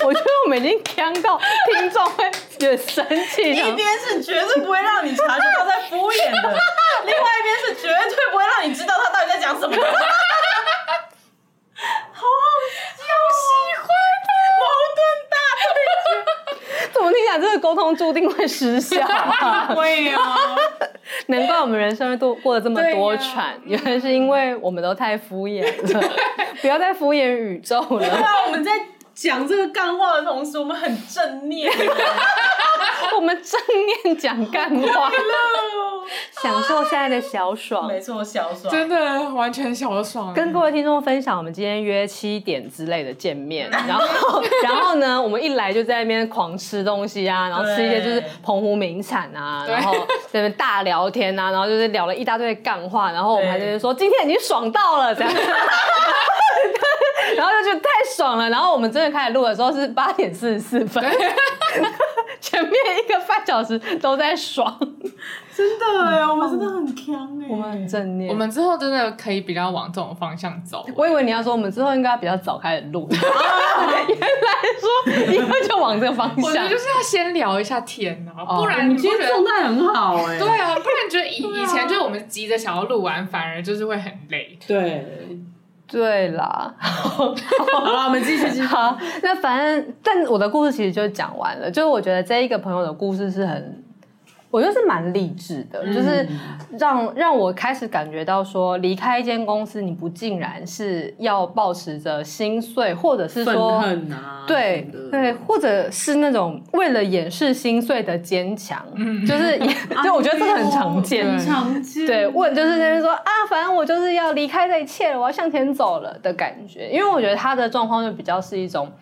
S2: 我觉得我们已经呛到听众会也生气
S4: 一
S2: 了。
S4: 边是绝对不会让你察觉他在敷衍的， <laughs> 另外一边是绝对不会让你知道他到底在讲什 <laughs> 么。好好笑，喜欢哦他，
S2: 怎么听起来这个沟通注定会失效、 <laughs> 啊？
S4: 对呀，
S2: 难怪我们人生会度过得这么多
S5: 对
S2: 舛
S5: 呀，
S2: 原来是因为我们都太敷衍了。 <laughs> 不要再敷衍宇宙
S4: 对 <laughs>
S2: 了，
S4: 啊，我们在讲这个干话的同时，我们很正念。
S2: 我们正念讲干话， <laughs> 享受现在的小爽。
S4: 没错，小爽，
S5: <laughs> 真的完全小爽。
S2: 跟各位听众分享，我们今天约七点之类的见面，然后然后呢，我们一来就在那边狂吃东西啊，然后吃一些就是澎湖名产啊，然后在那边大聊天啊，然后就是聊了一大堆干话，然后我们还在那边说今天已经爽到了这样。 <laughs> 然后就觉得太爽了，然后我们真的开始录的时候是八点四十四分， <laughs> 前面一个半小时都在爽，
S4: 真的哎，我们真的很强哎，
S2: 我们很正念。
S5: 我们之后真的可以比较往这种方向走。
S2: 我以为你要说我们之后应该比较早开始录，原来说以后就往这个方
S5: 我觉
S2: 向
S5: 得就。是要先聊一下天啊，
S2: 哦
S5: 不然你不
S3: 今
S5: 觉
S3: 天
S5: 得
S3: 状态很好哎。
S5: 对啊，不然觉得以以前就是我们急着想要录完，反而就是会很累。
S3: 对，
S2: 对啦，
S3: 好了，我们继续继续。
S2: 好，那反正但我的故事其实就讲完了，就是我觉得这一个朋友的故事是很。我觉得是蛮励志的，就是让让我开始感觉到说，离开一间公司，你不竟然是要保持着心碎，或者是
S3: 愤
S2: 说
S3: 恨啊，
S2: 对
S3: 什么的
S2: 对，，或者是那种为了掩饰心碎的坚强，就是也 <laughs> 就我觉得这个哦很常见，
S5: 对
S3: 常见
S2: 对，问就是那边说啊，反正我就是要离开这一切了，我要向前走了的感觉。因为我觉得他的状况就比较是一种，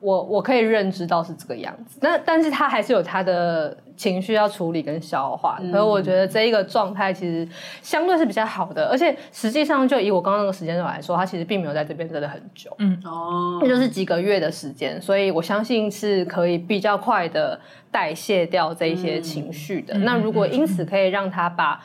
S2: 我我可以认知到是这个样子，那但是他还是有他的情绪要处理跟消化，所以我觉得这一个状态其实相对是比较好的，而且实际上就以我刚刚那个时间段来说，他其实并没有在这边真的很久，
S3: 哦
S2: 那，就是几个月的时间，所以我相信是可以比较快的代谢掉这一
S3: 嗯
S2: 些情绪的。那如果因此可以让他把。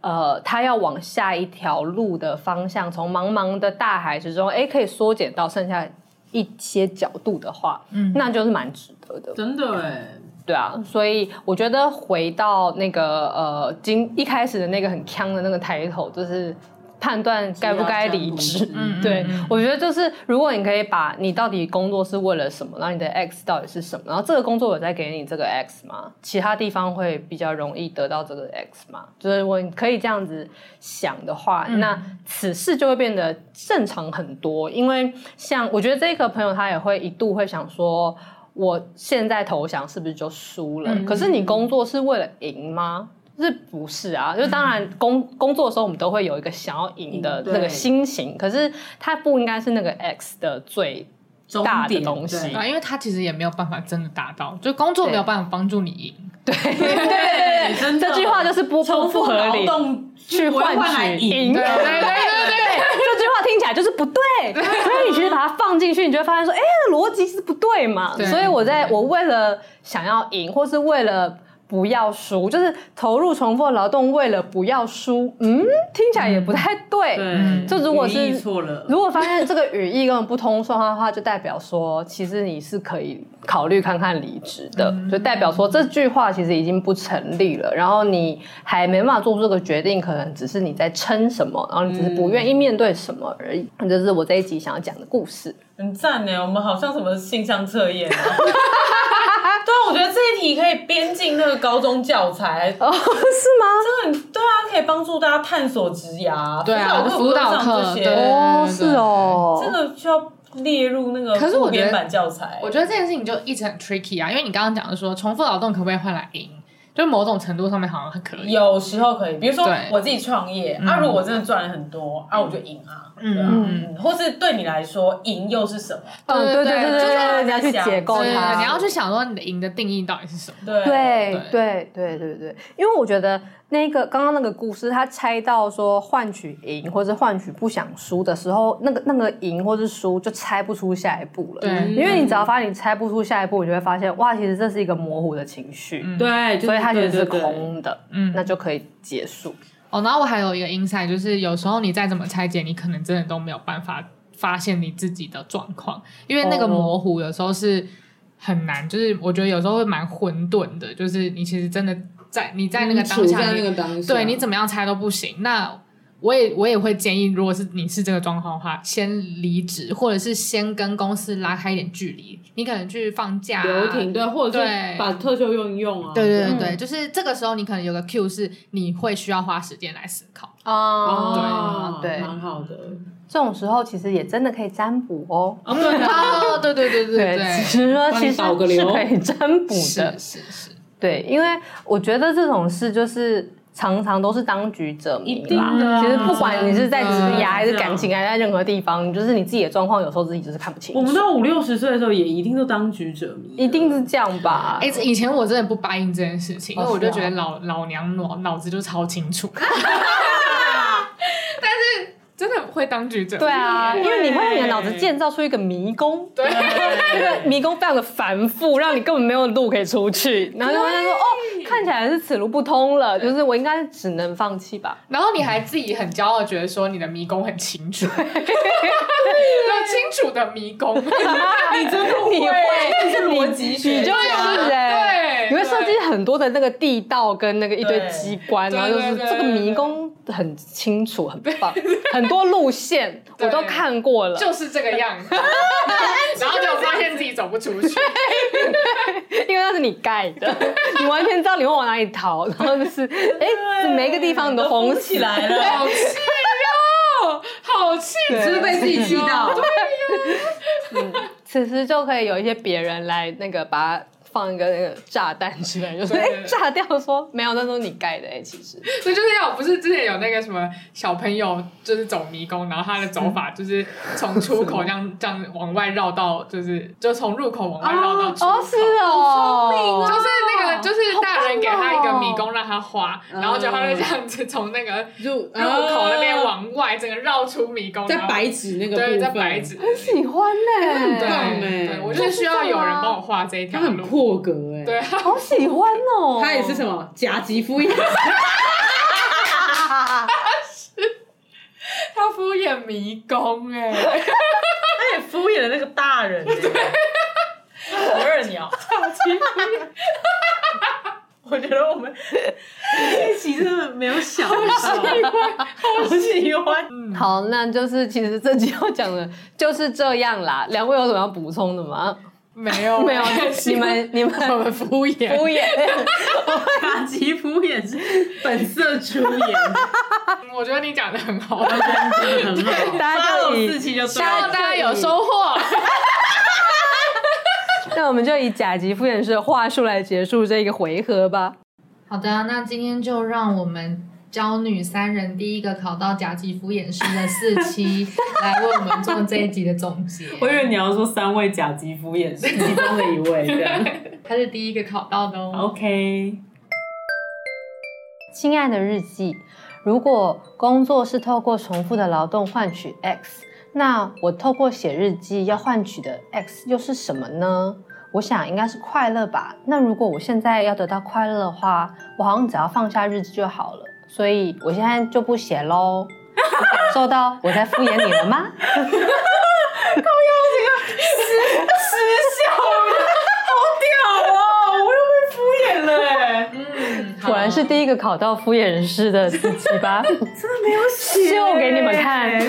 S2: 呃，他要往下一条路的方向，从茫茫的大海之中，哎，可以缩减到剩下一些角度的话，嗯，那就是蛮值得的。
S3: 真的哎，
S2: 对啊，所以我觉得回到那个呃，今一开始的那个很呛的那个 title，就是判断该不该离
S3: 是
S2: 职
S3: 啊。
S5: 嗯，
S2: 对
S5: 嗯，
S2: 我觉得就是，如果你可以把你到底工作是为了什么，然后你的 X 到底是什么，然后这个工作有在给你这个 X 吗？其他地方会比较容易得到这个 X 吗？就是我可以这样子想的话，
S5: 嗯
S2: 那此事就会变得正常很多。因为像我觉得这个朋友他也会一度会想说。我现在投降是不是就输了？
S5: 嗯
S2: 可是你工作是为了赢吗？是不是啊？就是当然工、工作的时候，我们都会有一个想要赢的
S3: 嗯赢对
S2: 那个心情，可是它不应该是那个 X 的最
S3: 终
S2: 大的
S3: 点
S2: 东西
S3: 对
S5: 对啊，因为他其实也没有办法真的达到，就工作没有办法帮助你赢。
S2: 对对对
S3: 真的
S2: 这句话就是不不
S3: 重
S2: 不
S3: 复
S2: 合
S3: 劳
S2: 理，
S3: 动
S2: 去
S3: 就不会换来
S2: 换取赢。
S3: 赢，
S5: 对对对对，
S2: 这句话听起来就是不对，所以你其实把它放进去，你就会发现说，哎、逻辑是不对嘛。
S5: 对
S2: 所以我在我为了想要赢，或是为了。不要输，就是投入重复的劳动，为了不要输。嗯，听起来也不太对。
S3: 对，
S2: 就如果是
S3: 语义错了，
S2: 如果发现这个语义根本不通顺的话，就代表说，其实你是可以考虑看看离职的，就代表说这句话其实已经不成立了。然后你还没办法做出这个决定，可能只是你在撑什么，然后你只是不愿意面对什么而已。这是我这一集想要讲的故事。
S4: 很赞呢，我们好像什么性向测验、啊。
S2: <laughs>
S4: 对啊，我觉得这一题可以编进那个高中教材，
S2: 哦，
S4: 真的
S2: 是
S4: 很对啊，可以帮助大家探索职涯。
S5: 对啊，
S4: 辅
S5: 辅
S4: 导
S5: 导
S4: 课不会
S5: 课，
S4: 上这些
S5: 对对
S2: 吗？哦，
S5: 对
S2: 是
S5: 对
S2: 哦，
S4: 这个需要列入那个
S5: 可是我
S4: 副
S5: 觉得
S4: 编版教材。
S5: 我觉得这件事情就一直很 tricky 啊，因为你刚刚讲的说重复劳动可不可以换来赢，就某种程度上面好像很可以。
S4: 有时候可以，比如说
S5: 对
S4: 我自己创业，
S3: 嗯
S4: 啊，如果我真的赚了很多，啊，我就赢啊，对啊，
S5: 嗯
S4: 嗯，或是对你来说，赢又是什么？
S2: 嗯，对对
S5: 对
S2: 对
S5: 对就是
S2: 对，你要去
S4: 想
S2: 解构
S5: 对，
S2: 它，
S5: 你要去想说你的赢的定义到底是什么。
S4: 对，
S2: 对
S5: 对
S2: 对对对对，因为我觉得那个刚刚那个故事，他猜到说换取赢或者换取不想输的时候，那个那个赢或是输就猜不出下一步了。
S5: 对
S2: 因为你只要发现你猜不出下一步，你就会发现哇，其实这是一个模糊的情绪，
S3: 对，就是
S2: 所以它其实是
S3: 嗯对对对
S2: 空的，
S5: 嗯
S2: 那就可以结束。
S5: 哦，然后我还有一个 insight，就是有时候你再怎么拆解，你可能真的都没有办法发现你自己的状况，因为那个
S2: 哦
S5: 模糊有时候是很难，就是我觉得有时候会蛮混沌的，就是你其实真的在你在那个
S3: 嗯
S5: 当
S3: 处
S5: 下，
S3: 在
S5: 你
S3: 那个当下，
S5: 对你怎么样猜都不行。那我也我也会建议，如果是你是这个状况的话，先离职，或者是先跟公司拉开一点距离，你可能去放假、啊、
S3: 留停，对，或者是
S5: 对
S3: 把特休用一用啊，
S5: 对对对对，就是这个时候你可能有个 Q 是你会需要花时间来思考。
S3: 哦，
S2: 对
S3: 蛮好的，
S2: 这种时候其实也真的可以占卜哦。
S3: 哦，对啊，
S5: 哦，对对对对
S2: 其实呢，
S3: 帮
S2: 其
S3: 你
S2: 实
S3: 导个
S2: 是
S3: 流
S2: 可以占卜的
S5: 是。是是，
S2: 对，因为我觉得这种事就是常常都是当局者迷
S3: 一定
S2: 啦。
S3: 的啊嗯
S2: 其实不管你是在职啊
S5: 真的
S2: 涯还是感
S3: 是
S2: 情，还是在任何地方，就是你自己的状况，有时候自己就是看不清楚。
S3: 我们到五六十岁的时候也一定都当局者迷的，
S2: 一定是这样吧？
S5: 哎，以前我真的不答应这件事情，因为我就
S2: 哦是
S5: 觉
S2: 啊
S5: 得老老娘脑脑子就超清楚， <laughs> 但是真的会当局者迷
S2: 对，啊，因为你会让你的脑子建造出一个迷宫，对，这个迷宫非常的繁复，让你根本没有路可以出去。然后就会说，哦，看起来是此路不通了，就是我应该只能放弃吧。
S5: 然后你还自己很骄傲，觉得说你的迷宫很清楚， <laughs> 有清楚的迷宫，
S2: 你真的会，你是逻辑
S3: 啊
S2: 学，你就是哎，
S5: 对
S2: 你会设计很多的那个地道跟那个一堆
S4: 对
S2: 机关，
S5: 对
S2: 然后就是
S5: 对
S2: 这个
S5: 对对
S2: 迷宫很清楚，很棒，很多路线我
S5: 对
S2: 都看过了，
S5: 就是这个样
S2: <laughs>
S5: 子，然后就发现自己走不出去，
S2: 因为那是你盖的，你完全知道你会往哪里逃，然后就是哎，每一个地方你都
S4: 红
S2: 封
S4: 起
S2: 死。
S4: 来了。
S5: 好气哦，好气，
S3: 是不是被自己气到，
S2: 此时就可以有一些别人来那个把它放一个那个炸弹之类的，就是
S5: 对
S2: 哎
S5: 对对
S2: 炸掉说没有，那都是你盖的哎，其实
S5: 所以就是要不是之前有那个什么小朋友就是走迷宫，然后他的走法就是从出口这样这样往外绕到，就是 <laughs> 就从入口往外绕到出口。
S2: 哦是哦，
S5: 就是那个，就是大人给他一个迷
S2: 好棒
S5: 宫让他画，然后就他就这样子从那个入
S4: <laughs>
S3: 就入
S4: 嗯
S5: 口那边往外，整个绕出迷宫，然
S3: 在
S5: 后
S3: 白纸那个部
S5: 对，
S3: 分，
S5: 在白
S4: <laughs>
S5: 纸，
S2: 喜欢呢、
S5: 对
S3: 棒欸
S5: 对，我就是需要有人帮我画这一条
S3: 它
S5: 路，
S3: 很破格哎，
S5: 对，
S2: 好喜欢哦！
S3: 它也是什么甲级敷衍，
S5: 他敷衍迷宫哎、 <laughs>
S4: 他也敷衍了那个大
S3: 哦
S4: <laughs> 人、欸，我二鸟，我觉得我们
S3: 这一期真的没有想到，
S4: 好喜
S2: <laughs>
S4: 欢。
S2: 好，那就是其实这集要讲的就是这样啦。 <laughs> 两位有什么要补充的吗？
S5: 没有
S2: <laughs> 没有， <laughs> 你们你们 <laughs>
S5: 我们敷衍，
S2: 敷衍。
S3: 打击敷衍是本色出演，
S5: <laughs> 我觉得你讲的很 <laughs> 好，
S3: 我觉得真的很好。
S2: 大家就以
S3: 四期就
S5: 希
S3: 对
S5: 望
S3: 了
S5: 大家有收获。
S2: 那我们就以甲级敷衍式的话术来结束这个回合吧。
S8: 好的，那今天就让我们娇女三人第一个考到甲级敷衍师的四期来为我们做这一集的总结。
S3: 我以为你要说三位甲级敷衍是其中的一位，这
S4: <laughs>
S3: 样
S8: 他是第一个考到的哦。
S3: OK。
S2: 亲爱的日记，如果工作是透过重复的劳动换取 X，那我透过写日记要换取的 X 又是什么呢？我想应该是快乐吧。那如果我现在要得到快乐的话，我好像只要放下日记就好了。所以我现在就不写喽。你感受到我在敷衍你了 <laughs> 吗？
S4: 哦
S5: 嗯
S2: 果然是第一个考到敷衍式的自己吧？真的没有写，秀给你们看，真的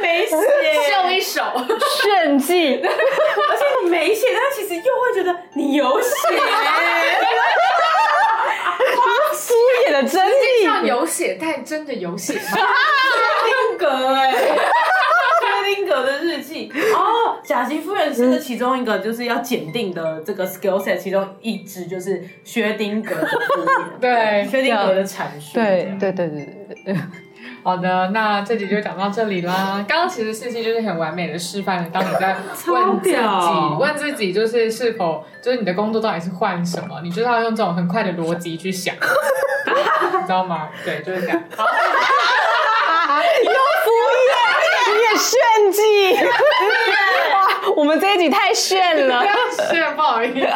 S2: 没写，
S5: 秀一手，
S2: 炫 <laughs> 技。
S4: 没写，但其实又会觉得你有写，
S2: 敷衍的真
S5: 实际
S2: 谛。
S5: 上有写，但真的有写吗？
S4: 定格哎、薛定格的日记
S3: 哦，甲级夫人是其中一个，就是要检定的这个 skill set，其中一支就是薛丁格的敷
S2: <laughs>
S3: 衍，
S5: 对
S3: 薛丁格的阐述，
S2: 对对对对对对，
S5: 好的，那这集就讲到这里啦。刚刚其实四期就是很完美的示范了，当你在
S3: 超
S5: 问自己
S3: 屌，
S5: 问自己就是是否就是你的工作到底是换什么，你就是要用这种很快的逻辑去 <laughs> 想，你知道吗？对，就是这样。好，
S2: 你也炫技。哇，我们这一集太炫
S5: 不
S2: 了。
S5: 要炫，不好意思。 <laughs>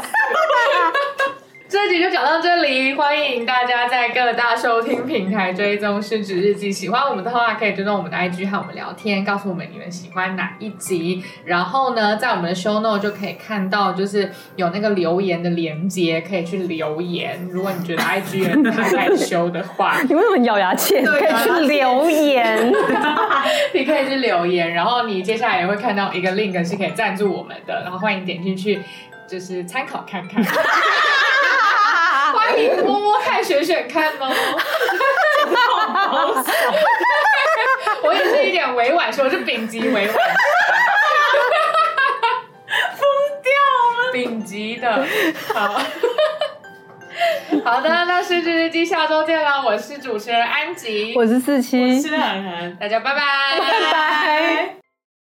S5: 这集就讲到这里，欢迎大家在各大收听平台追踪《失职日记》。喜欢我们的话，可以追踪我们的 IG 和我们聊天，告诉我们你们喜欢哪一集。然后呢，在我们的 show note 就可以看到，就是有那个留言的连接，可以去留言。如果你觉得 IG 有人太害羞的话，
S2: 你为什么咬牙切齿？可以去留言。
S5: <laughs> 你可以去留言，然后你接下来也会看到一个 link 是可以赞助我们的，然后欢迎点进去，就是参考看看。欢迎摸摸看、选选看哦。我也是一点委婉说，我是丙级委婉。 <laughs> 顶级的，好好的，那失职日记下周见啦！我是主持人安吉，
S2: 我是四七。啊
S3: 是很很。
S5: 大家拜拜，拜拜。